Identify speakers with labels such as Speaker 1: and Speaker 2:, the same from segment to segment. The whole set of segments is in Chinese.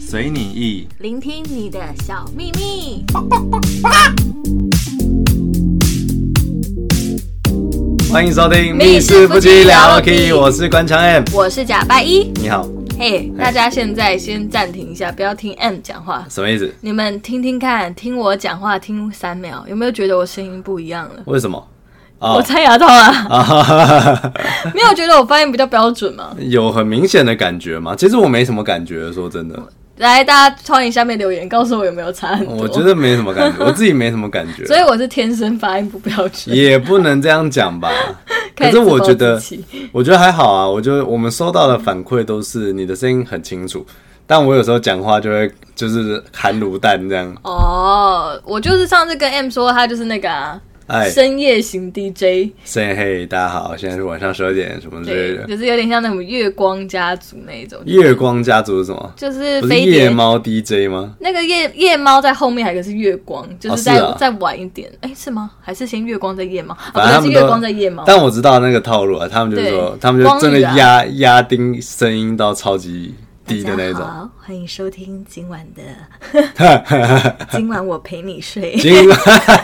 Speaker 1: 随你意。
Speaker 2: 聆听你的小秘密。
Speaker 1: 欢迎收听《
Speaker 2: 密室不寂聊
Speaker 1: 了
Speaker 2: 了 K
Speaker 1: 我是关强 M。
Speaker 2: 我是假拜一，
Speaker 1: 你好，
Speaker 2: 嘿、大家现在先暂停一下，不要听 M 讲话。
Speaker 1: 什么意思？
Speaker 2: 你们听听看，听我讲话听三秒，有没有觉得我声音不一样了？
Speaker 1: 为什么？
Speaker 2: 我
Speaker 1: 哦
Speaker 2: 猜牙套啦，
Speaker 1: 啊 哈哈哈哈，
Speaker 2: 没有觉得我发音比较标准吗？
Speaker 1: 有很明显的感觉吗？其实我没什么感觉，说真的，
Speaker 2: 来，大家欢迎下面留言，告诉我有没有差很多。
Speaker 1: 我觉，得没什么感 觉，我自己没什么感觉，
Speaker 2: 所以我是天生发音不标准。
Speaker 1: 也不能这样讲吧。 可
Speaker 2: 开始
Speaker 1: 是我
Speaker 2: 自暴
Speaker 1: 觉得
Speaker 2: 自弃，
Speaker 1: 我觉得还好啊。我觉得我们收到的反馈都是你的声音很清楚，但我有时候讲话就会就是含卤蛋这样。
Speaker 2: 哦，我就是上次跟 M 说，他就是那个啊，
Speaker 1: 哎，
Speaker 2: 深夜型 DJ，
Speaker 1: 谁嘿，大家好，现在是晚上十二点什么之类
Speaker 2: 对，
Speaker 1: 的。
Speaker 2: 就是有点像那种月光家族那一种，
Speaker 1: 月光家族是什么？
Speaker 2: 就是
Speaker 1: 不是
Speaker 2: 飞
Speaker 1: 夜
Speaker 2: 碟。
Speaker 1: 猫 DJ 吗？
Speaker 2: 那个夜夜猫在后面，还有一个是月光，就是再、
Speaker 1: 是啊
Speaker 2: 再晚一点，哎、是吗？还是先月光再夜猫？啊，不
Speaker 1: 反正
Speaker 2: 对，
Speaker 1: 他们
Speaker 2: 是月
Speaker 1: 都
Speaker 2: 光再夜猫。
Speaker 1: 但我知道那个套路啊，他们就说
Speaker 2: 对，
Speaker 1: 他们就真的
Speaker 2: 光宇啊
Speaker 1: 压压低声音到超级低的那
Speaker 2: 大家
Speaker 1: 种。
Speaker 2: 好，欢迎收听今晚的， 今晚我陪你睡。
Speaker 1: 今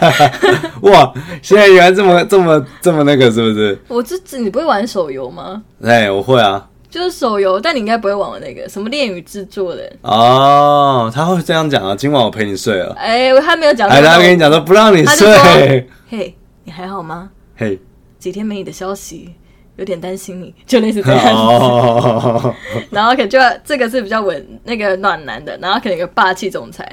Speaker 1: 哇，现在原来这么这么这么那个是不是？
Speaker 2: 我这这你不会玩手游吗？
Speaker 1: 哎，我会啊。
Speaker 2: 就是手游，但你应该不会玩我那个什么恋与制作的。
Speaker 1: 哦，他会这样讲啊，今晚我陪你睡了。
Speaker 2: 哎、他没有讲到。
Speaker 1: 哎，他跟你讲说不让你
Speaker 2: 他就说
Speaker 1: 睡，
Speaker 2: 嘿，你还好吗？
Speaker 1: 嘿，
Speaker 2: 几天没你的消息，有点担心你，就类似 这样。
Speaker 1: 哦，
Speaker 2: 然后可能就这个是比较稳那个暖男的，然后可能有个霸气总裁，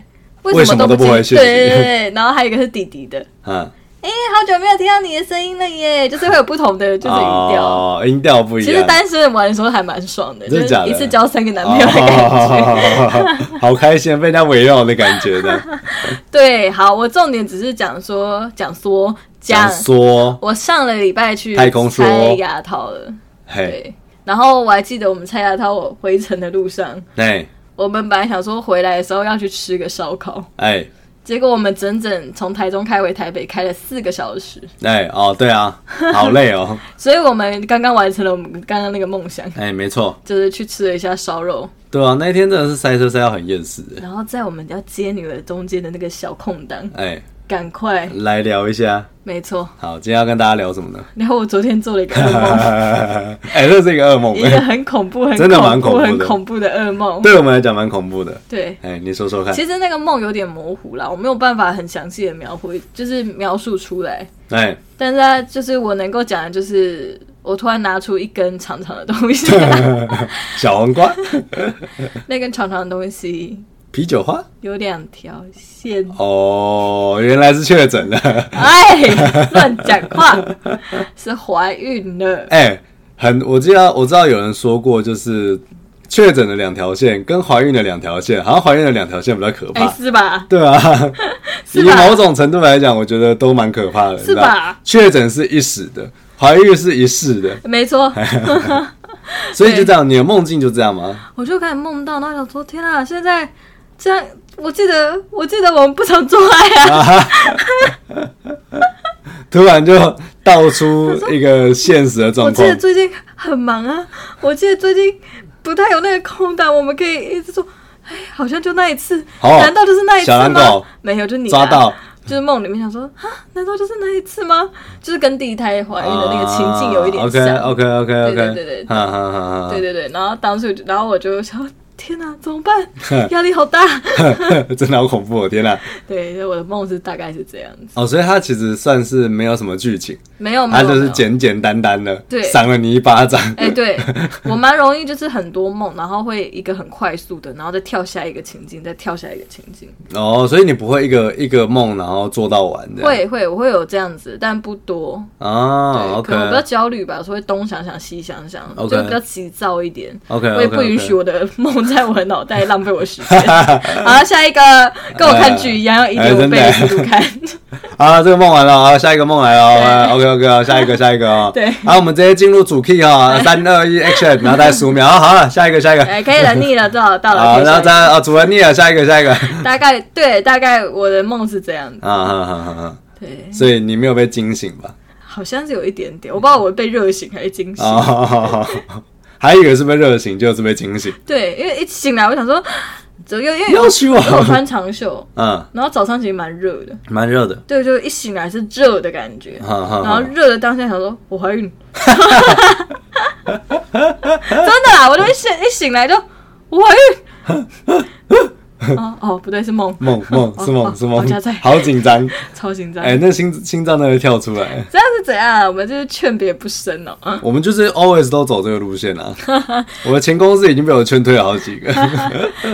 Speaker 1: 为什么都
Speaker 2: 都
Speaker 1: 不回
Speaker 2: 接
Speaker 1: 讯息
Speaker 2: 对对对对，然后还有一个是弟弟的，
Speaker 1: 嗯，
Speaker 2: 哎、好久没有听到你的声音了耶，就是会有不同的就是语调。
Speaker 1: 哦，音调不一
Speaker 2: 其实
Speaker 1: 样，
Speaker 2: 单身玩的时候还蛮爽的，就
Speaker 1: 真的假的
Speaker 2: 是一次交三个男朋友的感觉。
Speaker 1: 哦，好开心，被人家围绕的感觉的，
Speaker 2: 对，好，我重点只是讲说讲说讲
Speaker 1: 想，说，
Speaker 2: 我上个礼拜去
Speaker 1: 太空梭
Speaker 2: 拆牙套了，
Speaker 1: 嘿，
Speaker 2: 对。然后我还记得我们拆牙套，我回程的路上，
Speaker 1: 哎，
Speaker 2: 我们本来想说回来的时候要去吃个烧烤，
Speaker 1: 哎，
Speaker 2: 结果我们整整从台中开回台北，开了四个小时，
Speaker 1: 哎，哦，对啊，好累哦，
Speaker 2: 所以我们刚刚完成了我们刚刚那个梦想，
Speaker 1: 哎，没错，
Speaker 2: 就是去吃了一下烧肉，
Speaker 1: 对啊，那天真的是塞车塞到很厌世，
Speaker 2: 然后在我们要接女儿中间的那个小空档，
Speaker 1: 哎，
Speaker 2: 赶快，
Speaker 1: 来聊一下，
Speaker 2: 没错。
Speaker 1: 好，今天要跟大家聊什么呢？
Speaker 2: 然后我昨天做了一个噩 梦，
Speaker 1: 哎，这是一个噩梦，
Speaker 2: 一个很恐怖、很
Speaker 1: 真的蛮恐怖的
Speaker 2: 很恐怖的 噩梦。
Speaker 1: 对我们来讲蛮恐怖的，
Speaker 2: 对，
Speaker 1: 哎，你说说看，
Speaker 2: 其实那个梦有点模糊啦，我没有办法很详细的描绘，就是描述出来。
Speaker 1: 哎。
Speaker 2: 但是它就是我能够讲的，就是我突然拿出一根长长的东西，
Speaker 1: 小黄瓜、
Speaker 2: 那根长长的东西
Speaker 1: 啤酒花。
Speaker 2: 有两条线。
Speaker 1: 哦，原来是确诊了。
Speaker 2: 哎，乱讲话，是怀 孕了。
Speaker 1: 哎、很，我记得我知道有人说过，就是确诊的两条线跟怀孕的两条线，好像怀孕的两条线比较可
Speaker 2: 哎、
Speaker 1: 怕。
Speaker 2: 是吧？
Speaker 1: 对啊，
Speaker 2: 是
Speaker 1: 以
Speaker 2: 吧
Speaker 1: 某种程度来讲，我觉得都蛮可怕的，你知道
Speaker 2: 是吧？
Speaker 1: 确诊是一时的，怀孕是一世的，
Speaker 2: 没 错，
Speaker 1: 所以就这样，你的梦境就这样吗？
Speaker 2: 我就开始梦到，然后想说，天啊，现在这样，我记得，我记得我们不曾做爱啊，
Speaker 1: 突然就道出一个现实的
Speaker 2: 我
Speaker 1: 状
Speaker 2: 记
Speaker 1: 况
Speaker 2: 得，最近很忙啊，我记得最近不太有那个空档，我们可以一直做。哎，好像就那一次，
Speaker 1: 好
Speaker 2: 难道就是那一次
Speaker 1: 小狼
Speaker 2: 吗
Speaker 1: 狗？
Speaker 2: 没有，就你啊
Speaker 1: 抓到，
Speaker 2: 就是梦里面想说啊，难道就是那一次吗？就是跟第一胎怀孕的那个情境有一点像。
Speaker 1: 哦 OK OK OK OK，
Speaker 2: 对对对对
Speaker 1: 啊哈哈哈哈，
Speaker 2: 对对对，然后当时我就，然后我就想，天哪、怎么 办？
Speaker 1: 对
Speaker 2: 压力好大。
Speaker 1: 真的好恐怖、哦！天哪！
Speaker 2: 对，我的梦是大概是这样子，
Speaker 1: 哦，所以它其实算是没有什么剧情，
Speaker 2: 没有，没
Speaker 1: 它
Speaker 2: 有，
Speaker 1: 啊就是
Speaker 2: 哦没有
Speaker 1: 简简单单的，
Speaker 2: 对
Speaker 1: 赏了你一巴掌。
Speaker 2: 哎、对我蛮容易，就是很多梦，然后会一个很快速的，然后再跳下一个情境，再跳下一个情境。
Speaker 1: 哦，所以你不会一个一个梦然后做到完的？
Speaker 2: 会会，我会有这样子，但不多。对
Speaker 1: 啊
Speaker 2: 可
Speaker 1: ，OK
Speaker 2: 能我比较焦虑吧，所以东想想西想想
Speaker 1: OK
Speaker 2: 就比较急躁一点。
Speaker 1: OK，
Speaker 2: 我也不允许我的梦在我的脑袋浪费我时间。好了，下一个跟我看剧一样，要一点五倍的速度看。
Speaker 1: 啊，这个梦完了啊，下一个梦来了。
Speaker 2: 对
Speaker 1: OK OK，啊下一个下一个啊。
Speaker 2: 对
Speaker 1: 好，我们直接进入主 key 啊，三二一 action，然后再十五秒。啊好了，下一个下一个。
Speaker 2: 哎、可以了，腻了，到了到了。
Speaker 1: 好，
Speaker 2: 可以
Speaker 1: 然后
Speaker 2: 下一
Speaker 1: 再
Speaker 2: 个
Speaker 1: 啊，主人腻了，下一个下一个。 啊
Speaker 2: 大概对，大概我的梦是这样子。
Speaker 1: 哈哈哈哈。
Speaker 2: 对，
Speaker 1: 所以你没有被惊醒吧？
Speaker 2: 好像是有一点点，我不知道我被热醒还是惊醒。
Speaker 1: 哦，还以为是被热醒，就是被惊醒。
Speaker 2: 哎对，因为一醒来，我想说，就因为因为
Speaker 1: 要求
Speaker 2: 我
Speaker 1: 啊，
Speaker 2: 穿长袖，
Speaker 1: 嗯，
Speaker 2: 然后早上其实蛮热的，
Speaker 1: 蛮热的，
Speaker 2: 对，就一醒来是热的感觉，
Speaker 1: 哈哈
Speaker 2: 然后
Speaker 1: 哈，
Speaker 2: 热的当下想说，我 怀孕，真的啦，我就一醒一醒来就我怀孕，哦哦，不对，是梦，
Speaker 1: 梦梦是
Speaker 2: 哦
Speaker 1: 梦是
Speaker 2: 哦加
Speaker 1: 梦
Speaker 2: 在，
Speaker 1: 好紧张，
Speaker 2: 超紧张。
Speaker 1: 哎，那心心脏那会跳出来。
Speaker 2: 这样是怎样啊？我们就是劝别不生哦、啊，
Speaker 1: 我们就是 always 都走这个路线啊！我的前公司已经被我劝退了好几个。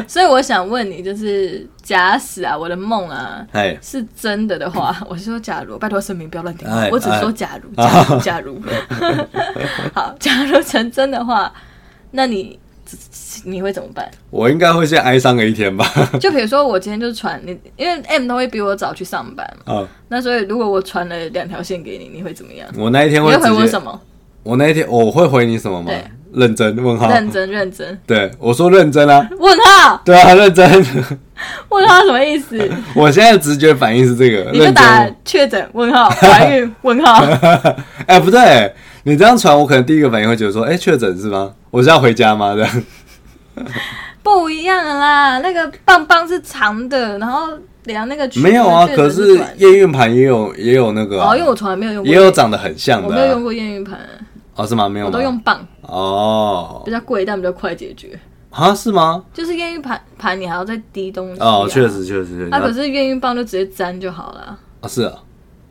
Speaker 2: 所以我想问你，就是假使啊，我的梦啊
Speaker 1: 哎，
Speaker 2: 是真的 的话，我是说假如，拜托神明不要乱听啊
Speaker 1: 哎，
Speaker 2: 我只说假如，假如，假 如， 好，假如成真的话，那你你会怎么办？
Speaker 1: 我应该会先哀伤个一天吧？
Speaker 2: 就比如说我今天就传你，因为 M 都会比我早去上班嘛，
Speaker 1: 啊，
Speaker 2: 那所以如果我传了两条线给你，你会怎么样？
Speaker 1: 我那一天
Speaker 2: 你
Speaker 1: 会
Speaker 2: 会
Speaker 1: 直接
Speaker 2: 回我什么？
Speaker 1: 我那一天我会回你什么吗
Speaker 2: 对？
Speaker 1: 认真问号？
Speaker 2: 认真认真？
Speaker 1: 对，我说认真啊，
Speaker 2: 问号？
Speaker 1: 对啊，认真。
Speaker 2: 问号什么 意思？
Speaker 1: 我现在的直觉反应是这个，
Speaker 2: 你就
Speaker 1: 认
Speaker 2: 打
Speaker 1: 真。
Speaker 2: 确诊问号怀孕问号，
Speaker 1: 哎、不对，你这样传，我可能第一个反应会觉得说，哎、确诊是吗？我是要回家吗？这样，
Speaker 2: 不一样啦。那个棒棒是长的，然后量那个曲
Speaker 1: 没有啊。
Speaker 2: 确
Speaker 1: 可
Speaker 2: 诊
Speaker 1: 是
Speaker 2: 短的
Speaker 1: 验孕盘也有也有那个、啊，
Speaker 2: 哦，因为我从来没有用过，
Speaker 1: 也有长得很像
Speaker 2: 我
Speaker 1: 的
Speaker 2: 没有
Speaker 1: 啊、
Speaker 2: 用过验孕盘，
Speaker 1: 哦，是吗？没有
Speaker 2: 我
Speaker 1: 吗？
Speaker 2: 都用棒，
Speaker 1: 哦
Speaker 2: 比，较贵但比较快解决。
Speaker 1: 啊，是吗？
Speaker 2: 就是验孕盘盘你还要再滴东西、啊、
Speaker 1: 哦，确实确实确实。
Speaker 2: 啊，可是验孕棒就直接粘就好了。
Speaker 1: 啊是啊，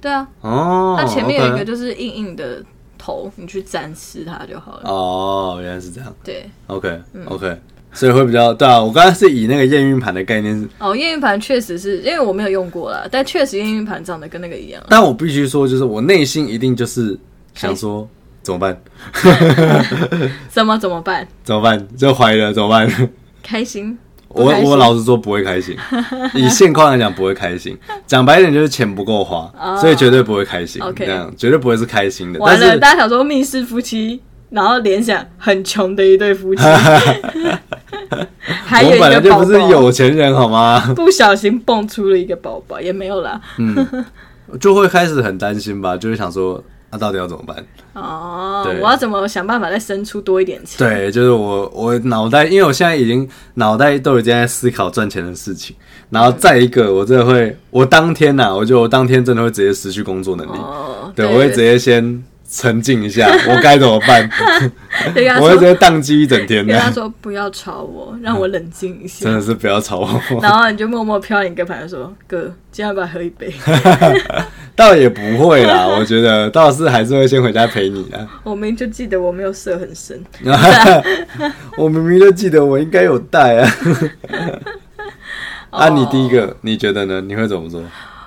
Speaker 2: 对啊，
Speaker 1: 哦，
Speaker 2: 它前面有一个
Speaker 1: OK
Speaker 2: 就是硬硬的头，你去粘吃它就好了。
Speaker 1: 哦，原来是这样。
Speaker 2: 对，
Speaker 1: OK
Speaker 2: 嗯
Speaker 1: OK，所以会比较对啊。我刚才是以那个验孕盘的概念是，
Speaker 2: 哦，验孕盘确实是因为我没有用过啦，但确实验孕盘长得跟那个一样。
Speaker 1: 但我必须说，就是我内心一定就是想说怎么办？
Speaker 2: 怎么怎么办？
Speaker 1: 怎么办？就怀疑了怎么办？
Speaker 2: 开心？
Speaker 1: 我
Speaker 2: 不开心
Speaker 1: 我老实说不会开 心，以现况来讲不会开心。讲白一点就是钱不够花，所以绝对不会开心。
Speaker 2: 啊 OK
Speaker 1: 这样绝对不会是开心的。但
Speaker 2: 完了，
Speaker 1: 是
Speaker 2: 大家想说密室夫妻，然后联想很穷的一对夫 妻，还
Speaker 1: 我
Speaker 2: 有
Speaker 1: 们
Speaker 2: 一
Speaker 1: 本来
Speaker 2: 个
Speaker 1: 就
Speaker 2: 宝
Speaker 1: 不是
Speaker 2: 宝，
Speaker 1: 有钱人好吗？
Speaker 2: 不小心蹦出了一个宝宝，也没有啦。
Speaker 1: 就会开始很担心吧，就会想说那、到底要怎么办？
Speaker 2: 哦，
Speaker 1: 对
Speaker 2: 我要怎么想办法再生出多一点钱？
Speaker 1: 对，就是我我脑袋，因为我现在已经脑袋都已经在思考赚钱的事情，然后再一个，我真的会，我当天呐、我觉得我当天真的会直接失去工作能力，
Speaker 2: 哦，
Speaker 1: 对我会直接先沉静一下，我该怎么 办？
Speaker 2: 对跟他
Speaker 1: 我会直接
Speaker 2: 说，
Speaker 1: 宕机一整天
Speaker 2: 跟他
Speaker 1: 的，
Speaker 2: 说不要吵我，让我冷静一下
Speaker 1: 真。的是不要吵我，
Speaker 2: 然后你就默默飘你跟朋友说：“哥，今天要不要喝一杯？
Speaker 1: 倒也不会啦， 我觉得倒是还是会先回家陪你的。
Speaker 2: 我明明就记得我没有射很深，
Speaker 1: 我明明就记得我应该有带 啊。啊，
Speaker 2: 哦
Speaker 1: 你第一个你觉得呢？你会怎么做？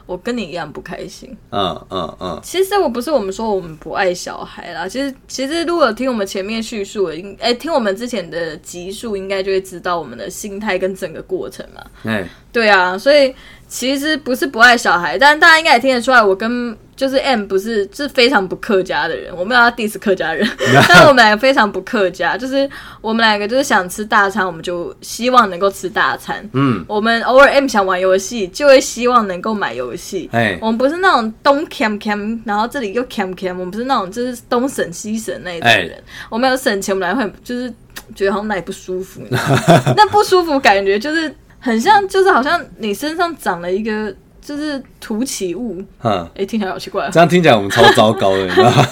Speaker 2: 我跟你一样不开心。
Speaker 1: 嗯嗯嗯，
Speaker 2: 其实我不是我们说我们不爱小孩啦，其实其实如果听我们前面叙述，应哎听我们之前的集数，应该就会知道我们的心态跟整个过程嘛。
Speaker 1: 哎，
Speaker 2: 对啊，所以其实不是不爱小孩，但大家应该也听得出来，我跟就是 M 不是是非常不客家的人，我没有要 diss 客家人，但我们两个非常不客家，就是我们两个就是想吃大餐，我们就希望能够吃大餐。
Speaker 1: 嗯，
Speaker 2: 我们偶尔 M 想玩游戏，就会希望能够买游戏。
Speaker 1: 哎
Speaker 2: 我们不是那种东 cam cam，然后这里又 cam cam，我们不是那种就是东省西省那一种人。
Speaker 1: 哎
Speaker 2: 我们有省钱，我们来会就是觉得好像哪里不舒服，你知道吗那不舒服感觉就是很像，就是好像你身上长了一个就是凸起物。
Speaker 1: 哼。
Speaker 2: 哎、听起来好奇怪哦。
Speaker 1: 这样听起来我们超糟糕的，你知道吗？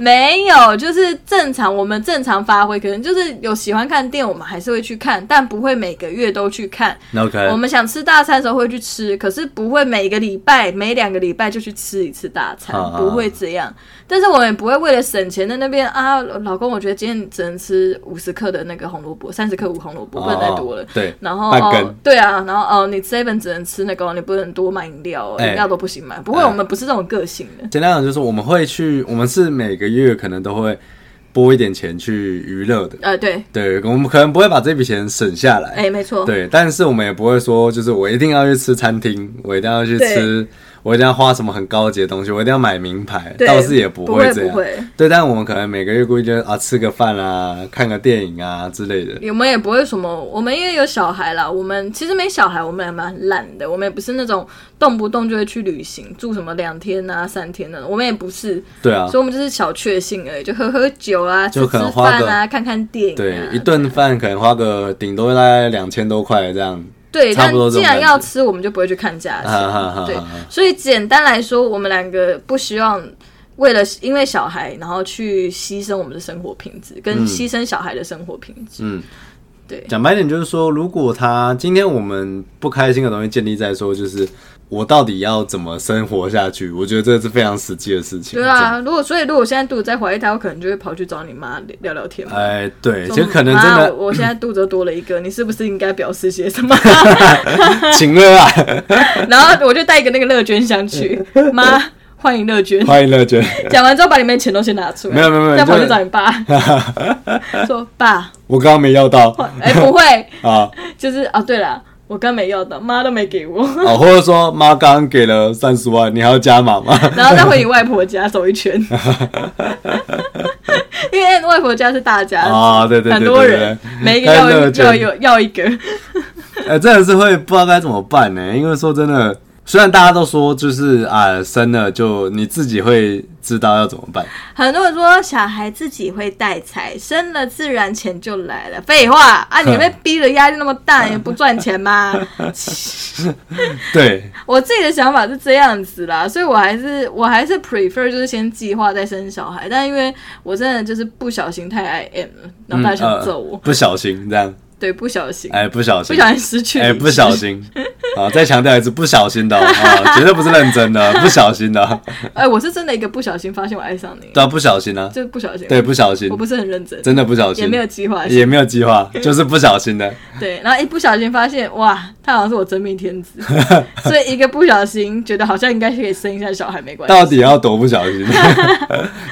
Speaker 2: 没有，就是正常，我们正常发挥，可能就是有喜欢看电影，我们还是会去看，但不会每个月都去看。
Speaker 1: 那 OK，
Speaker 2: 我们想吃大餐的时候会去吃，可是不会每个礼拜、每两个礼拜就去吃一次大餐，
Speaker 1: 啊
Speaker 2: 不会这样。但是我们也不会为了省钱在那边啊，老公，我觉得今天只能吃五十克的那个红萝卜，三十克五红萝卜，不能再多了。
Speaker 1: 哦对，
Speaker 2: 然后
Speaker 1: 半
Speaker 2: 哦
Speaker 1: 根，
Speaker 2: 对啊，然后哦，你 seven 只能吃那个哦，你不能多买饮料哦，
Speaker 1: 哎
Speaker 2: 饮料都不行买。不会，
Speaker 1: 哎
Speaker 2: 我们不是这种个性的。
Speaker 1: 简单讲就是我们会去，我们是每个月可能都会拨一点钱去娱乐的，
Speaker 2: 呃，对，
Speaker 1: 对，我们可能不会把这笔钱省下来，
Speaker 2: 哎、没错，
Speaker 1: 对，但是我们也不会说，就是我一定要去吃餐厅，我一定要去
Speaker 2: 对
Speaker 1: 吃，我一定要花什么很高级的东西，我一定要买名牌，
Speaker 2: 对
Speaker 1: 倒是也
Speaker 2: 不
Speaker 1: 会
Speaker 2: 会
Speaker 1: 这
Speaker 2: 不
Speaker 1: 样。
Speaker 2: 会，
Speaker 1: 对，但我们可能每个月估计就是啊吃个饭啊，看个电影啊之类的。
Speaker 2: 我们也不会什么，我们因为有小孩啦，我们其实没小孩，我们也蛮懒的，我们也不是那种动不动就会去旅行，住什么两天啊、三天那种，我们也不是，
Speaker 1: 对啊
Speaker 2: 所以，我们就是小确幸而已，就喝喝酒啊，
Speaker 1: 就
Speaker 2: 吃
Speaker 1: 可
Speaker 2: 吃
Speaker 1: 能花
Speaker 2: 饭
Speaker 1: 个
Speaker 2: 啊，看看电影、啊，
Speaker 1: 对，一顿饭可能花个顶多大概两千多块这样。
Speaker 2: 对，
Speaker 1: 差
Speaker 2: 但
Speaker 1: 不多这
Speaker 2: 既
Speaker 1: 种
Speaker 2: 然
Speaker 1: 感
Speaker 2: 要
Speaker 1: 觉
Speaker 2: 吃，我们就不会去看价
Speaker 1: 哈哈哈
Speaker 2: 钱。
Speaker 1: 哈
Speaker 2: 对，所以简单来说，我们两个不希望为了因为小孩，然后去牺牲我们的生活品质，跟牺牲小孩的生活品质。
Speaker 1: 嗯，
Speaker 2: 对，
Speaker 1: 讲白点就是说，如果他今天我们不开心的东西建立在说，就是我到底要怎么生活下去，我觉得这是非常实际的事情。
Speaker 2: 对啊。如果所以，如果我现在肚子在怀胎，我可能就会跑去找你妈聊聊天
Speaker 1: 这
Speaker 2: 嘛
Speaker 1: 样，。哎，对，
Speaker 2: 说
Speaker 1: 就可能真
Speaker 2: 妈
Speaker 1: 的
Speaker 2: 我我现在肚子又多了一个，你是不是应该表示些什 么？
Speaker 1: 请乐啊，
Speaker 2: 然后我就带一个那个乐捐箱去，妈，欢迎乐捐。
Speaker 1: 欢迎乐捐。
Speaker 2: 讲完之后，把里面的钱都先拿出来，
Speaker 1: 没有没有没有
Speaker 2: 再跑
Speaker 1: 就
Speaker 2: 去找你爸， 说爸，
Speaker 1: 我刚刚没要到
Speaker 2: 哎、不会，
Speaker 1: 啊，
Speaker 2: 就是啊，对了，我刚没要到，妈都没给我，
Speaker 1: 哦，或者说妈刚刚给了三十万，你还要加码 吗？
Speaker 2: 然后再回你外婆家走 一圈，因为外婆家是大家族
Speaker 1: 啊，对对对
Speaker 2: 很
Speaker 1: 对
Speaker 2: 多
Speaker 1: 对对
Speaker 2: 人，每一个要
Speaker 1: 太热
Speaker 2: 一
Speaker 1: 情
Speaker 2: 要有要一个，
Speaker 1: 呃，真的是会不知道该怎么办呢、因为说真的，虽然大家都说就是啊，生了就你自己会知道要怎么 办，
Speaker 2: 很多人说小孩自己会带财，生了自然钱就来了，废话啊，
Speaker 1: 嗯
Speaker 2: 你被逼的压力那么大，也不赚钱 吗？
Speaker 1: 对，
Speaker 2: 我自己的想法是这样子啦，所以我还是我还是 prefer 就是先计划再生小孩，但因为我真的就是不小心太爱 M 了，然后大家想揍我，
Speaker 1: 呃不小心这样，
Speaker 2: 对，不小心，
Speaker 1: 哎，不小
Speaker 2: 不
Speaker 1: 心，
Speaker 2: 小心失去，
Speaker 1: 哎，不小，心，啊，再强调一次，不小心的哦啊，绝对不是认真的，不小心的，
Speaker 2: 哎，我是真的一个不小心发现我爱上你，
Speaker 1: 对啊，不小心啊，
Speaker 2: 就是不小心，
Speaker 1: 对，，不小心
Speaker 2: 我，不是很认真，
Speaker 1: 真的不小心，
Speaker 2: 也没有计划 性，
Speaker 1: 也没有计 划，就是不小心的，
Speaker 2: 对，然后一不小心发现，哇，他好像是我真命天 子，所以一个不小心觉得好像应该是可以生一下小孩没关系，
Speaker 1: 到底要多不小 心？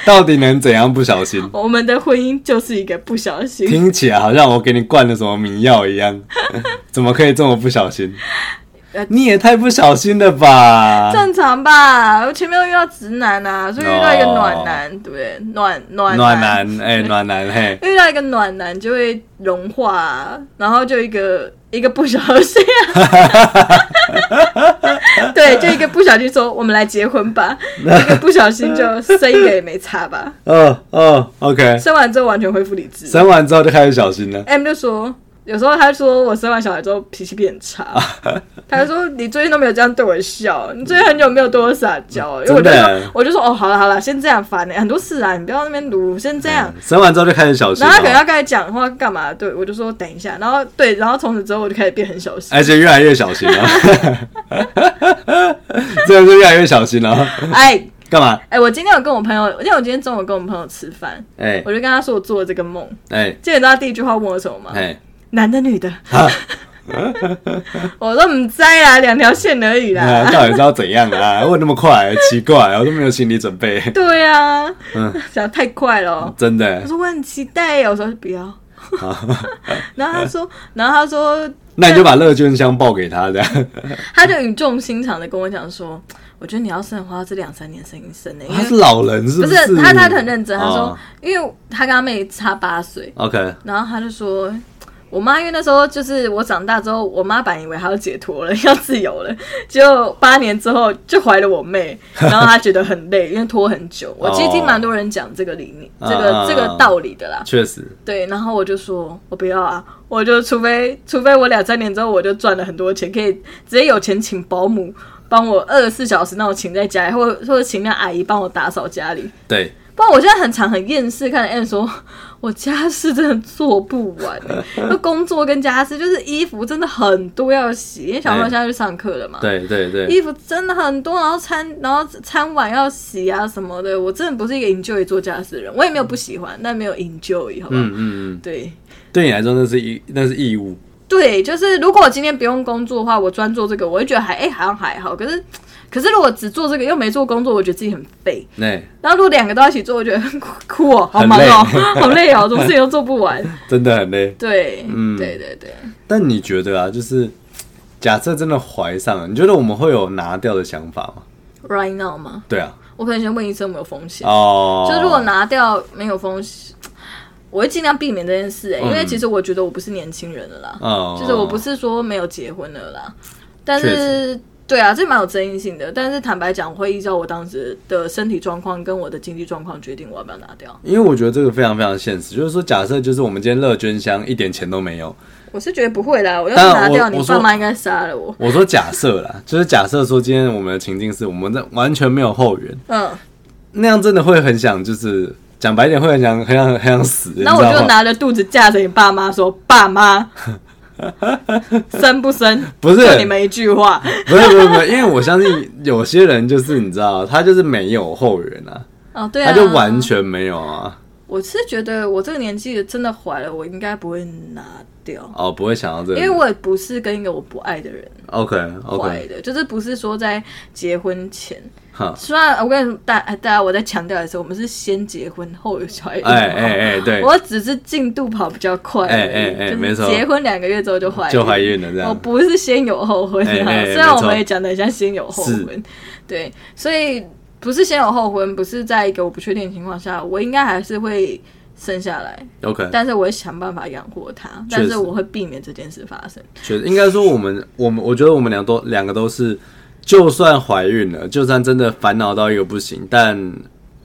Speaker 1: 到底能怎样不小心？
Speaker 2: 我们的婚姻就是一个不小心，
Speaker 1: 听起来好像我给你灌了什么迷药一 样，怎么可以这么不小心
Speaker 2: 呃？
Speaker 1: 你也太不小心了吧！
Speaker 2: 正常吧，我前面又遇到直男啊，所以遇到一个暖男，对不对？暖暖
Speaker 1: 哦暖男， 哎、暖男，嘿，
Speaker 2: 遇到一个暖男就会融化啊、然后就一个一个不小心、啊，对，就一个不小心说我们来结婚吧，一个不小心就生一个也没差吧，
Speaker 1: 哦哦，OK，
Speaker 2: 生完之后完全恢复理智。
Speaker 1: 生完之后就开始小心了。
Speaker 2: M 就说。有时候他说我生完小孩之后脾气变差， 他就说你最近都没有这样对我笑，你最近很久没有对我撒娇，因为我
Speaker 1: 嗯真
Speaker 2: 就
Speaker 1: 的
Speaker 2: 说我就说哦好了好了，先这样烦你、很多事啊，你不要那边撸，先这样。
Speaker 1: 生完之后就开始小心
Speaker 2: 哎然后他可能
Speaker 1: 了，
Speaker 2: 要跟他讲话干嘛？对我就说等一下，然后对，然后从此之后我就开始变很小心。
Speaker 1: 而且越来越小心 了， 真的是越来越小心了。
Speaker 2: 哎
Speaker 1: 干嘛？
Speaker 2: 哎，我今天有跟我朋友，因为我今天中午跟我朋友吃饭，
Speaker 1: 哎
Speaker 2: 我就跟他说我做了这个梦。
Speaker 1: 哎
Speaker 2: 结果你知道他第一句话问我什么吗？
Speaker 1: 哎，
Speaker 2: 男的女的？ 我说唔知啦，两条线而 已啦。
Speaker 1: 啊到底是要怎样啊？ 问那么快，奇怪，我都没有心理准备，
Speaker 2: 对啊，
Speaker 1: 嗯
Speaker 2: 讲得太快了哦。
Speaker 1: 真
Speaker 2: 我
Speaker 1: 的。
Speaker 2: 说我很期待哦耶，我说不要。
Speaker 1: 啊
Speaker 2: 然后他说，然后他说，
Speaker 1: 那你就把乐捐箱报给他，这 样。
Speaker 2: 他就语重心长的跟我讲说，我觉得你要生的话，这两三年生一生呢、欸因
Speaker 1: 哦他
Speaker 2: 为
Speaker 1: 是老人是
Speaker 2: 不
Speaker 1: 是？
Speaker 2: 是他，他很认真，他说，
Speaker 1: 哦
Speaker 2: 因为他跟他妹差八岁，
Speaker 1: OK，
Speaker 2: 然后他就说。我妈因为那时候就是我长大之后，我妈本来以为她要解脱了， 要自由了，结果八年之后就怀了我妹，然后她觉得很累，因为拖很久。我其实听蛮多人讲这个理念，这
Speaker 1: 哦啊啊
Speaker 2: 个
Speaker 1: 啊
Speaker 2: 这个道理的啦。
Speaker 1: 确实，
Speaker 2: 对，然后我就说，我不要啊，我就除非除非我两三年之后我就赚了很多钱，可以直接有钱请保姆帮我二十四小时那我请在家里，或者或者请那阿姨帮我打扫家里。
Speaker 1: 对，
Speaker 2: 不然我现在很常很厌世，看 M 说，我家事真的做不完、欸 就工作跟家事，就是衣服真的很多要洗，因为小朋友现在去上课了嘛。
Speaker 1: 对对对，
Speaker 2: 衣服真的很多，然后餐，然后餐碗要洗啊什么的。我真的不是一个 enjoy 做家事的人，我也没有不喜欢，但没有 enjoy，好吧？
Speaker 1: 嗯嗯嗯，
Speaker 2: 对，
Speaker 1: 对你来说那是义那是义务，
Speaker 2: 对，就是如果我今天不用工作的话，我专做这个，我会觉得还哎、好像还好。可是，可是如果只做这个又没做工作，我觉得自己很废。
Speaker 1: 那
Speaker 2: 然后如果两个都要一起做，我觉得很酷酷 哦，好
Speaker 1: 很
Speaker 2: 忙
Speaker 1: 累
Speaker 2: 哦，好累哦，什么事情都做不 完。
Speaker 1: 真的很累。
Speaker 2: 对，
Speaker 1: 嗯
Speaker 2: 对对对，
Speaker 1: 但你觉得啊，就是假设真的怀上了，你觉得我们会有拿掉的想法吗？
Speaker 2: right now 吗？
Speaker 1: 对啊，
Speaker 2: 我可能先问医生有没有风险。
Speaker 1: 哦，
Speaker 2: 就如果拿掉没有风险，我会尽量避免这件事、欸，因为
Speaker 1: 嗯
Speaker 2: 其实我觉得我不是年轻人了啦，
Speaker 1: 哦，
Speaker 2: 就是我不是说没有结婚了啦，但
Speaker 1: 确
Speaker 2: 是对啊，这蛮有争议性的。但是坦白讲，我会依照我当时的身体状况跟我的经济状况决定我要不要拿掉。
Speaker 1: 因为我觉得这个非常非常现实，就是说，假设就是我们今天乐捐箱一点钱都没有，
Speaker 2: 我是觉得不会啦，我要是
Speaker 1: 当然
Speaker 2: 拿掉，
Speaker 1: 嗯我
Speaker 2: 你
Speaker 1: 我说
Speaker 2: 爸妈应该杀了我。
Speaker 1: 我说假设啦，就是假设说今天我们的情境是我们在完全没有后援，
Speaker 2: 嗯，
Speaker 1: 那样真的会很想，就是讲白一点，会很想很想很想死，
Speaker 2: 那我
Speaker 1: 你知道
Speaker 2: 就
Speaker 1: 吗
Speaker 2: 拿着肚子架着你爸妈说：“爸 妈，生不生？
Speaker 1: 不是
Speaker 2: 就你们一句话。
Speaker 1: 不是不是不是，因为我相信有些人就是你知道，他就是没有后援啊，”
Speaker 2: 哦，对啊，
Speaker 1: 他就完。全没有啊，
Speaker 2: 我是觉得我这个年纪真的怀了，我应该不会拿掉，
Speaker 1: 哦，不会想到这
Speaker 2: 因为
Speaker 1: 个。
Speaker 2: 我也不是跟一个我不爱的人
Speaker 1: OK
Speaker 2: 怀
Speaker 1: OK，
Speaker 2: 的，就是不是说在结婚前。
Speaker 1: 哈，
Speaker 2: 虽然我跟大大家我在强调一次，我们是先结婚后有小孩，
Speaker 1: 哎哎哎，对，
Speaker 2: 我只是进度跑比较快而已，
Speaker 1: 哎哎哎
Speaker 2: 就是
Speaker 1: 没错
Speaker 2: 结婚两个月之后就怀
Speaker 1: 就怀孕了这
Speaker 2: 我
Speaker 1: 样。
Speaker 2: 哦不是先有后婚啊，
Speaker 1: 哎哎哎
Speaker 2: 虽然我
Speaker 1: 没
Speaker 2: 们
Speaker 1: 错
Speaker 2: 也讲的像先有后
Speaker 1: 是
Speaker 2: 婚，对，所以不是先有后婚，不是在一个我不确定的情况下，我应该还是会生下来，
Speaker 1: OK，
Speaker 2: 但是我会想办法养活他，
Speaker 1: 确实
Speaker 2: 但是我会避免这件事发生。
Speaker 1: 确实，应该说我们我们我觉得我们俩都两个都是，就算怀孕了，就算真的烦恼到一个不行，但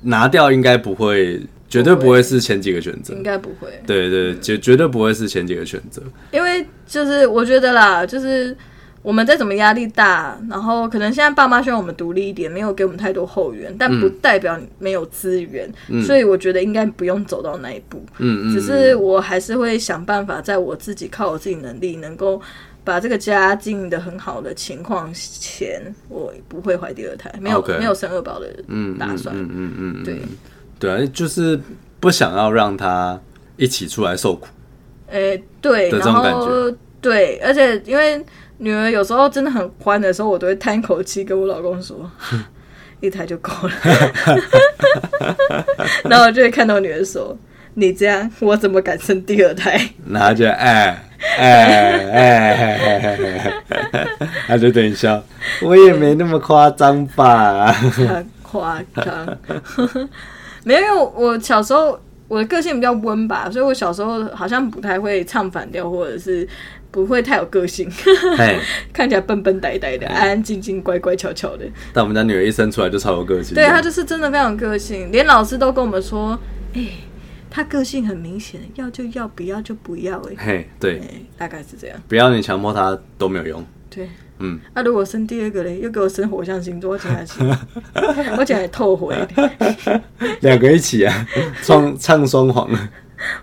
Speaker 1: 拿掉应该不会，绝对不会是前几个选择
Speaker 2: 应。该不会，
Speaker 1: 对对，对绝绝对不会是前几个选择。
Speaker 2: 因为就是我觉得啦，就是我们再怎么压力大，然后可能现在爸妈希望我们独立一点，没有给我们太多后援，
Speaker 1: 嗯
Speaker 2: 但不代表没有资源，所以我觉得应该不用走到那一步。
Speaker 1: 嗯嗯，
Speaker 2: 只是我还是会想办法，在我自己靠我自己能力，能够把这个家经营的很好的情况前，我不会怀第二胎，没有
Speaker 1: OK
Speaker 2: 没有生二宝的
Speaker 1: 嗯
Speaker 2: 打算。
Speaker 1: 嗯嗯嗯嗯，
Speaker 2: 对，
Speaker 1: 对啊，就是不想要让他一起出来受苦。
Speaker 2: 诶、呃对，
Speaker 1: 的这
Speaker 2: 然
Speaker 1: 种感
Speaker 2: 后对，而且因为女儿有时候真的很欢的时候，我都会叹一口气，跟我老公 说。一台就够了， 然后我就会看到我女儿说：“你这样，我怎么敢生第 二胎？”
Speaker 1: 然后他就哎哎哎，他就等一下，我也没那么夸张吧？
Speaker 2: 很夸张。 没有，因为我小时候我的个性比较温吧，所以我小时候好像不太会唱反调，或者是不会太有个性，
Speaker 1: 嘿，
Speaker 2: 看起来笨笨呆呆的，安安静静、乖乖巧巧的。
Speaker 1: 但我们家女儿一生出来就超有个性。
Speaker 2: 对他就是真的非常有个性，连老师都跟我们说，哎、他个性很明显，要就要，不要就不要、哎、
Speaker 1: 嘿，对，
Speaker 2: 哎大概是这样。
Speaker 1: 不要你强迫她都没有用。
Speaker 2: 对，
Speaker 1: 嗯，
Speaker 2: 那、如果生第二个嘞，又给我生火象星座，我讲还是， 我讲还透火一点，
Speaker 1: 两个一起 啊，创唱双簧，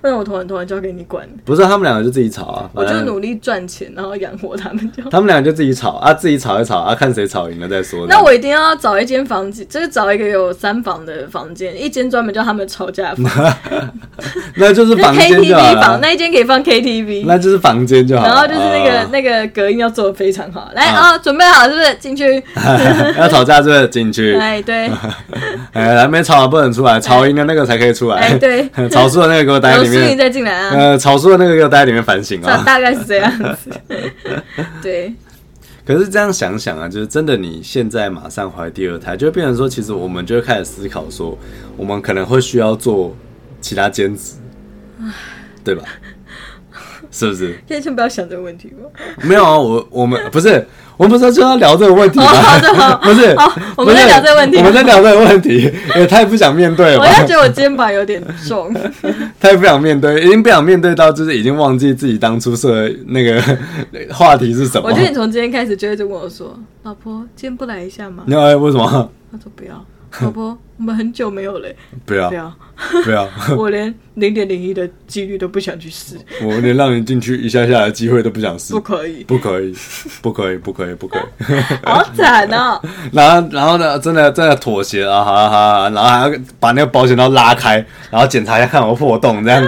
Speaker 2: 不然我突然突然交给你管。
Speaker 1: 不是他们两个就自己吵啊，
Speaker 2: 我
Speaker 1: 反
Speaker 2: 就
Speaker 1: 正
Speaker 2: 努力赚钱，然后养活他们就好。
Speaker 1: 他们两个就自己吵啊，自己吵一吵啊，看谁吵赢了再说。
Speaker 2: 那我一定要找一间房子，就是找一个有三房的房间，一间专门叫他们吵架房，
Speaker 1: 那就是
Speaker 2: 那
Speaker 1: 房 间就好
Speaker 2: KTV 房，
Speaker 1: 了，
Speaker 2: 那一间可以放 KTV，
Speaker 1: 那就是房间就好了。
Speaker 2: 然后就是那
Speaker 1: 啊
Speaker 2: 个、那个隔音要做的非常好。来啊、哦，准备好是不是？进去。
Speaker 1: 个 要吵架是不是进去？
Speaker 2: 哎，对，
Speaker 1: 哎，还没吵完不能出来，吵赢的那个才可以出来。
Speaker 2: 哎对
Speaker 1: 吵输的那个给我待在
Speaker 2: 有
Speaker 1: 里
Speaker 2: 输赢
Speaker 1: 面。
Speaker 2: 再进来啊。
Speaker 1: 呃，吵输的那个给我待在里面反省
Speaker 2: 大
Speaker 1: 啊。
Speaker 2: 大概是这样子， 对，
Speaker 1: 可是这样想想啊，就是真的，你现在马上怀第二胎，就会变成说，其实我们就会开始思考说，我们可能会需要做其他兼职，对吧？是不是？
Speaker 2: 先先不要想这个问题 吧。
Speaker 1: 没有啊，我我们不是，我们不是就要聊这个问题吗？ 不是
Speaker 2: 哦好，哦我们
Speaker 1: 不
Speaker 2: 在
Speaker 1: 是
Speaker 2: 聊这个问题
Speaker 1: 我们在聊这个问题，也太不想面对了
Speaker 2: 我
Speaker 1: 吧。
Speaker 2: 要觉得我肩膀有点 重，
Speaker 1: 太不想面对，已经不想面对到，就是已经忘记自己当初设的那个话题是什么
Speaker 2: 我。觉得你从今天开始就会一直问我说：“老婆，今天不来一下吗？”
Speaker 1: 你哎，为什么
Speaker 2: 他说不要，老婆，我们很久没有嘞，
Speaker 1: 不要
Speaker 2: 不要，
Speaker 1: 不要？
Speaker 2: 我连零点零一的几率都不想 去试，
Speaker 1: 我连让你进去一下下的机会都不想试
Speaker 2: 不，可以，
Speaker 1: 不可以，不可以，不可以，不可以。
Speaker 2: 好惨哦！
Speaker 1: 然后，然后呢，真的真的妥协啊，好啊好啊，然后还要把那个保险套拉开，然后检查一下看有没有破洞这样。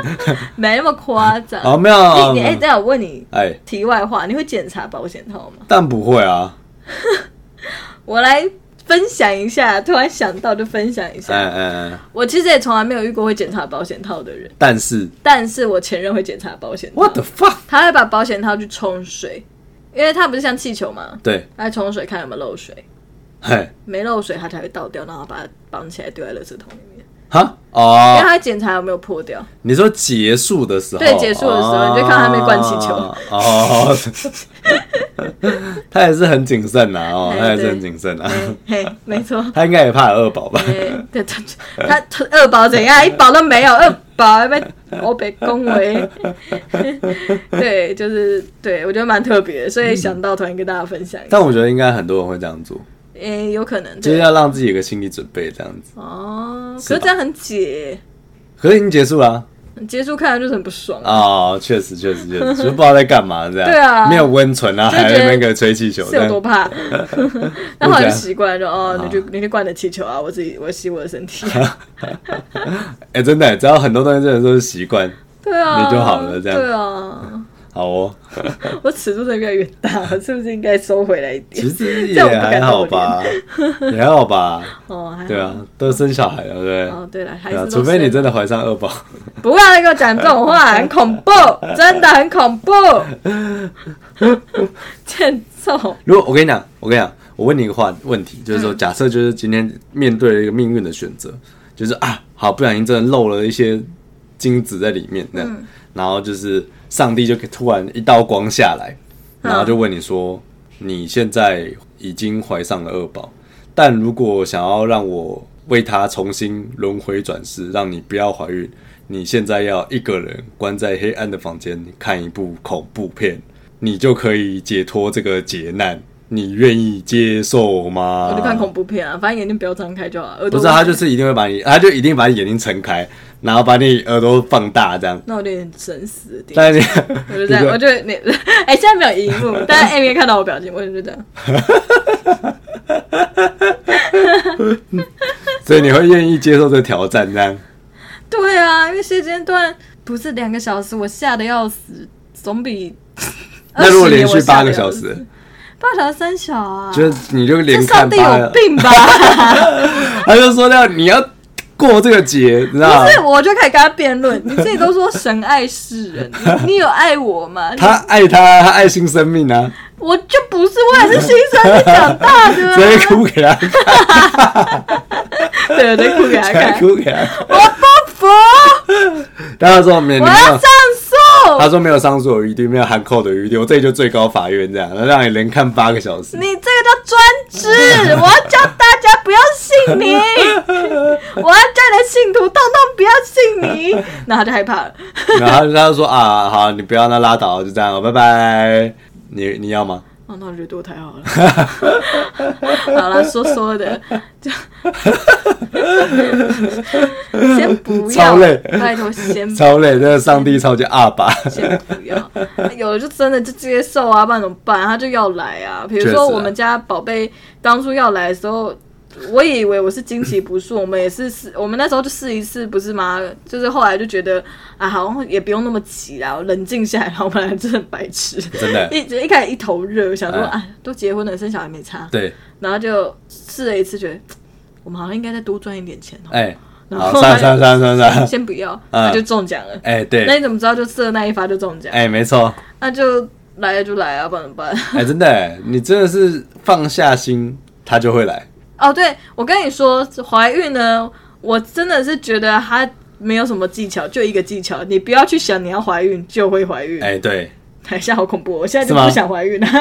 Speaker 2: 没那么夸张。
Speaker 1: 好，没有
Speaker 2: 哎，
Speaker 1: 啊
Speaker 2: 你，哎，这样我问你，
Speaker 1: 哎，
Speaker 2: 题外话，你会检查保险套吗？
Speaker 1: 但不会啊，
Speaker 2: 我来分享一下，突然想到就分享一
Speaker 1: 哎
Speaker 2: 下。
Speaker 1: 哎哎，
Speaker 2: 我其实也从来没有遇过会检查保险套的人，
Speaker 1: 但是
Speaker 2: 但是我前任会检查保险套，
Speaker 1: what the fuck？
Speaker 2: 他会把保险套去冲水，因为它不是像气球吗？
Speaker 1: 对，
Speaker 2: 他会冲水看有没有漏水。
Speaker 1: 嘿，
Speaker 2: 没漏水它才会倒掉，然后把它绑起来丢在垃圾桶里面，
Speaker 1: 哈
Speaker 2: 因为
Speaker 1: 哦，
Speaker 2: 它会检查有没有破 掉。
Speaker 1: 你说结束的时候，
Speaker 2: 对结束的时候你就看他没灌气球
Speaker 1: 哦哦， 他也是很谨慎啊，哦，
Speaker 2: 哎
Speaker 1: 他也是很谨慎啊，
Speaker 2: 嘿，嘿没错。
Speaker 1: 他应该也怕有二宝吧？
Speaker 2: 哎对对，对他他二宝怎样？一宝都没有，二宝被我被恭维。对，就是对我觉得蛮特别的，所以想到突然跟大家分享一下。
Speaker 1: 嗯但我觉得应该很多人会这样做，
Speaker 2: 诶、有可能
Speaker 1: 就是
Speaker 2: 对
Speaker 1: 要让自己有个心理准备，这样子。
Speaker 2: 哦，
Speaker 1: 是
Speaker 2: 可
Speaker 1: 吧
Speaker 2: 是这样很解，
Speaker 1: 可是已经结束了啊
Speaker 2: 结束看了就是很不爽啊，
Speaker 1: 啊，哦确实确实确实，就不知道在干嘛这样。
Speaker 2: 对啊
Speaker 1: 没有温存啊，
Speaker 2: 就觉得
Speaker 1: 还有那个吹气球，
Speaker 2: 是
Speaker 1: 这
Speaker 2: 有
Speaker 1: 样
Speaker 2: 多怕？那后来
Speaker 1: 对啊啊
Speaker 2: 就习惯了，哦，你就你就灌你的气球啊，我自己我洗我的身体，
Speaker 1: 哎，真的，只要很多东西真的都是习惯。
Speaker 2: 对啊，
Speaker 1: 你就好 了这样
Speaker 2: 对啊，
Speaker 1: 好哦，
Speaker 2: 我尺度真的越来越大了，是不是应该收回来一点
Speaker 1: 其？实也
Speaker 2: 这样我不
Speaker 1: 还
Speaker 2: 敢
Speaker 1: 好
Speaker 2: 露脸
Speaker 1: 吧，也还好吧，
Speaker 2: 哦，还好
Speaker 1: 对，啊，都生小孩了，对不
Speaker 2: 哦，对了，
Speaker 1: 对？
Speaker 2: 还是
Speaker 1: 对啊
Speaker 2: 都，
Speaker 1: 除非你
Speaker 2: 生
Speaker 1: 真的怀上二宝，
Speaker 2: 不要再给我讲这种 话，很恐怖，真的很恐怖，欠揍。
Speaker 1: 如果我跟你讲，我跟你讲，我问你一个话问题，就是说，假设就是今天面对了一个命运的选择，就是啊，好，不小心真的漏了一些精子在里面，那样、然后就是上帝就给突然一道光下来，然后就问你说，你现在已经怀上了二宝，但如果想要让我为他重新轮回转世，让你不要怀孕。你现在要一个人关在黑暗的房间看一部恐怖片，你就可以解脱这个劫难。你愿意接受吗？
Speaker 2: 我就看恐怖片啊，反正眼睛不要张开就好。耳
Speaker 1: 不
Speaker 2: 朵
Speaker 1: 是啊他就是一定会把你，他就一定把你眼睛撑开，然后把你耳朵放大这样。
Speaker 2: 那我有点神死的地方，
Speaker 1: 但是你
Speaker 2: 我就这样，
Speaker 1: 你就
Speaker 2: 我就你哎、现在没有荧幕，但是 Amy 看到我表情，我就这样。
Speaker 1: 所以你会愿意接受这个挑战这样？
Speaker 2: 对啊，因为时间段不是两个小时，我吓得要死，总比
Speaker 1: 那如果连续
Speaker 2: 20年我吓
Speaker 1: 八
Speaker 2: 得
Speaker 1: 个
Speaker 2: 要
Speaker 1: 小
Speaker 2: 死
Speaker 1: 时，，
Speaker 2: 八个小时三小啊，
Speaker 1: 就是你就
Speaker 2: 这
Speaker 1: 连看
Speaker 2: 上帝
Speaker 1: 八
Speaker 2: 有
Speaker 1: 个，
Speaker 2: 病吧？
Speaker 1: 他就说要你要过这个劫，你知道吗
Speaker 2: 不？是，我就开始跟他辩 论。你自己都说神爱世人，你你有爱我吗？你
Speaker 1: 他爱他，他爱新生命啊，
Speaker 2: 我就不是，我也是新生命长大 的、
Speaker 1: 直接
Speaker 2: 啊，
Speaker 1: 哭给他看，
Speaker 2: 对， 对，啊哭给他
Speaker 1: 直接
Speaker 2: 看。
Speaker 1: 哭给他看。
Speaker 2: 我不服，
Speaker 1: 但他说没有，你
Speaker 2: 我
Speaker 1: 没
Speaker 2: 要
Speaker 1: 有
Speaker 2: 上，诉。
Speaker 1: 他说没有上诉的余地，没有含扣的余地，我这里就最高法院这样，然后让你连看八个小时。
Speaker 2: 你这个叫专制，我要叫大家不要信你，我要叫你的信徒通通不要信你。然后他就害怕了，
Speaker 1: 然后他就他就说啊，好，你不要那拉倒，就这样，拜拜。你你要吗？
Speaker 2: 哦，那我觉得对我太好了。 好了，说说的， 就先不要
Speaker 1: 超累，
Speaker 2: 拜托先不
Speaker 1: 超累，真的，上帝超级阿爸，
Speaker 2: 先不要，有的就真的就接受啊，不然怎么办？他就要来啊。比如
Speaker 1: 确实啊
Speaker 2: 说我们家宝贝当初要来的时候，我也以为我是经期不顺，我们也是试，我们那时候就试一次，不是吗？就是后来就觉得啊，好像也不用那么急啦，我冷静下来，然后本来真的很白痴，
Speaker 1: 真的
Speaker 2: 一一开始一头热，想说
Speaker 1: 哎
Speaker 2: 啊，都结婚了，生小孩没差，
Speaker 1: 对，
Speaker 2: 然后就试了一次，觉得嘖嗯我们好像应该再多赚一点钱哦，
Speaker 1: 哎，
Speaker 2: 然
Speaker 1: 好，
Speaker 2: 后
Speaker 1: 算了算了算了算了，
Speaker 2: 先不要，
Speaker 1: 嗯
Speaker 2: 那就中奖了。
Speaker 1: 哎，
Speaker 2: 那
Speaker 1: 对，
Speaker 2: 你怎么知道就射那一发就中奖？
Speaker 1: 哎，没错，
Speaker 2: 那就来就来啊，不然怎么办？
Speaker 1: 哎，真的，你真的是放下心，他就会来。
Speaker 2: 哦，对，我跟你说，怀孕呢，我真的是觉得它没有什么技巧，就一个技巧，你不要去想你要怀孕就会怀孕。
Speaker 1: 哎，对，
Speaker 2: 台下好恐怖哦，我现在就是
Speaker 1: 吗
Speaker 2: 不想怀孕 了。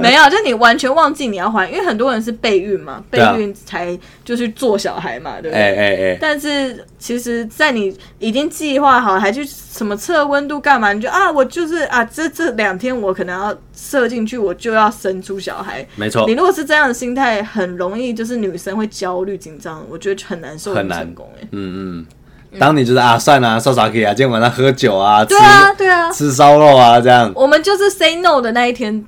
Speaker 2: 没有，就你完全忘记你要怀，因为很多人是备孕嘛，备
Speaker 1: 对啊
Speaker 2: 孕才就去做小孩嘛，对不对？
Speaker 1: 哎哎哎，
Speaker 2: 但是其实，在你已经计划好，还去什么测温度干嘛？你就啊，我就是啊，这这两天我可能要射进去，我就要生出小孩。
Speaker 1: 没错
Speaker 2: 你，如果是这样的心态，很容易就是女生会焦虑紧张，我觉得很难受
Speaker 1: 很
Speaker 2: 孕
Speaker 1: 难
Speaker 2: 成功哎、
Speaker 1: 嗯嗯，当你就是啊，算了，刷刷 K 啊，今天晚上喝酒啊，吃
Speaker 2: 对啊，对啊，
Speaker 1: 吃烧肉啊，这样，
Speaker 2: 我们就是 say no 的那一天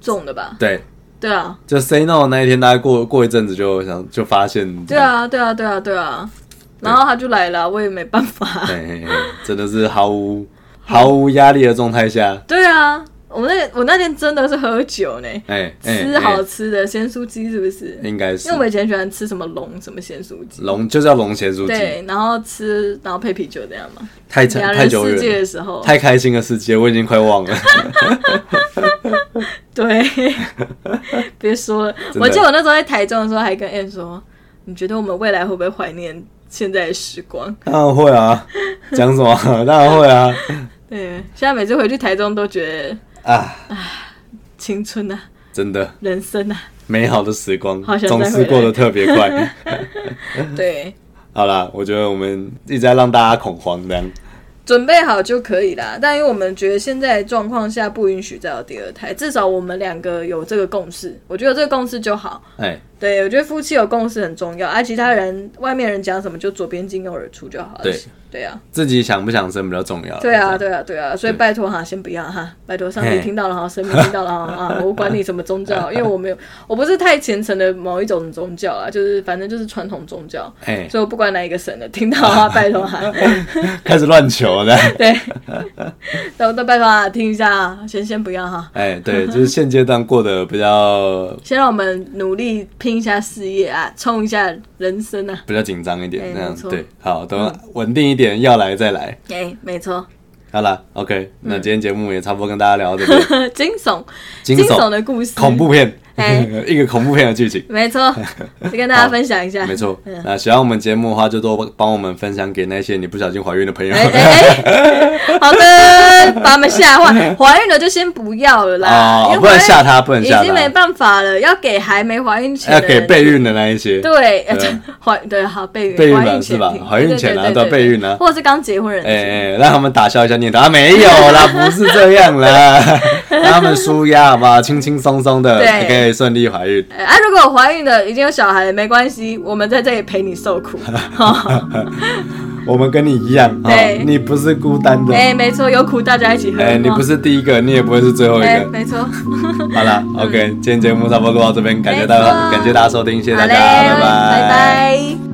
Speaker 2: 中的吧？
Speaker 1: 对，
Speaker 2: 对啊，
Speaker 1: 就 say no 的那一天，大概过过一阵子就想就发现，
Speaker 2: 对，啊，对啊，对啊，对啊。然后他就来了，我也没
Speaker 1: 哎
Speaker 2: 办法。
Speaker 1: 嘿嘿嘿，真的是毫无毫无压力的状态下，
Speaker 2: 对啊，我那我那天真的是喝酒呢，
Speaker 1: 哎、哎
Speaker 2: 吃好
Speaker 1: 哎
Speaker 2: 吃的咸酥鸡是不是？
Speaker 1: 应该
Speaker 2: 因
Speaker 1: 是
Speaker 2: 为我以前喜欢吃什么龙什么咸酥鸡，
Speaker 1: 龙就叫龙咸酥鸡，
Speaker 2: 对，然后吃然后配啤酒这样嘛。
Speaker 1: 太长
Speaker 2: 两
Speaker 1: 太
Speaker 2: 人
Speaker 1: 久
Speaker 2: 世界
Speaker 1: 远
Speaker 2: 的
Speaker 1: 了，
Speaker 2: 时候，
Speaker 1: 太开心的世界，我已经快忘了。
Speaker 2: 对，别说了。
Speaker 1: 的
Speaker 2: 我记得我那时候在台中的时候，还跟 Anne 说：“你觉得我们未来会不会怀念现在的时光
Speaker 1: 当然会啊，讲什么？ 当然会啊！”
Speaker 2: 对，现在每次回去台中都觉得
Speaker 1: 啊，
Speaker 2: 青春啊，
Speaker 1: 真的
Speaker 2: 人生 啊，
Speaker 1: 美好的时光
Speaker 2: 好想再
Speaker 1: 总是过得特别 快。
Speaker 2: 对，
Speaker 1: 好啦，我觉得我们一直在让大家恐慌，这样
Speaker 2: 准备好就可以啦。但因为我们觉得现在的状况下不允许再有第二胎，至少我们两个有这个共识，我觉得有这个共识就好。
Speaker 1: 哎、
Speaker 2: 对，我觉得夫妻有共识很重要，而、啊其他人外面人讲什么就左边进右耳出就好了。
Speaker 1: 对，
Speaker 2: 对啊。
Speaker 1: 自己想不想生比较重要。
Speaker 2: 对啊，
Speaker 1: 这样，
Speaker 2: 对啊，对啊，所以
Speaker 1: 对
Speaker 2: 拜托哈，先不要哈，拜托上帝
Speaker 1: 嘿
Speaker 2: 听到了 哈，神明听到了哈啊，我管你什么宗 教，因为我没有，我不是太虔诚的某一种宗教啦，就是反正就是传统宗教，
Speaker 1: 哎、
Speaker 2: 所以我不管哪一个神的，听到 哈，拜托哈，
Speaker 1: 开始乱求了。
Speaker 2: 对，都都拜托啊，听一下啊，先先不要哈，
Speaker 1: 哎、 对，就是现阶段过得比较
Speaker 2: 先让我们努力拼一下事业啊，冲一下人生啊，
Speaker 1: 比较紧张一点，
Speaker 2: 哎
Speaker 1: 那样
Speaker 2: 没错嗯
Speaker 1: 对。好，等稳定一点，要来再来。
Speaker 2: 哎、没错，
Speaker 1: 好啦 o k
Speaker 2: 嗯
Speaker 1: 那今天节目也差不多跟大家聊到 这边，
Speaker 2: 惊悚，
Speaker 1: 惊
Speaker 2: 悚
Speaker 1: 悚
Speaker 2: 的故事，
Speaker 1: 恐，怖片
Speaker 2: 哎，
Speaker 1: 一个恐怖片的剧情。
Speaker 2: 没 错，就跟大家分享一下，
Speaker 1: 没错，
Speaker 2: 嗯
Speaker 1: 那喜欢我们节目的话，就多帮我们分享给那些你不小心怀孕的朋友。
Speaker 2: 哎哎 哎，好的，把他们吓坏。怀孕了就先不要 了啦，
Speaker 1: 哦
Speaker 2: 因，
Speaker 1: 不
Speaker 2: 为怀
Speaker 1: 能
Speaker 2: 孕
Speaker 1: 吓他，不能吓
Speaker 2: 已经没
Speaker 1: 他，
Speaker 2: 办法了，要给还没怀孕前
Speaker 1: 要
Speaker 2: 的
Speaker 1: 给
Speaker 2: 人
Speaker 1: 备孕的那一些。
Speaker 2: 对
Speaker 1: 对啊
Speaker 2: 怀对好备孕
Speaker 1: 备孕
Speaker 2: 怀
Speaker 1: 吧
Speaker 2: 孕
Speaker 1: 是
Speaker 2: 前
Speaker 1: 吧
Speaker 2: 听
Speaker 1: 怀孕前啊对
Speaker 2: 对对对
Speaker 1: 啊
Speaker 2: 对
Speaker 1: 备孕啊
Speaker 2: 或者是刚结婚人
Speaker 1: 哎
Speaker 2: 士，
Speaker 1: 哎，让他们打消一下念头啊，没有 啦，不是这样啦， 让他们舒压好不好？轻轻松松的
Speaker 2: 对
Speaker 1: 可以顺利怀孕。
Speaker 2: 哎啊，如果有怀孕的已经有小孩了，没关系，我们在这里陪你受 苦。
Speaker 1: 我们跟你一样，哦
Speaker 2: 对
Speaker 1: 你不是孤单的，
Speaker 2: 哎，没错，有苦大家一起喝。
Speaker 1: 哎，你不
Speaker 2: 是
Speaker 1: 是第一个，你也不会是最后一
Speaker 2: 哎，
Speaker 1: 个。
Speaker 2: 没错，
Speaker 1: 好啦 o k 今天节目差不多录到这边，感谢大
Speaker 2: 没
Speaker 1: 家，
Speaker 2: 错
Speaker 1: 感谢大家收听，谢谢大
Speaker 2: 好嘞
Speaker 1: 家，拜
Speaker 2: 拜
Speaker 1: 拜。
Speaker 2: 拜。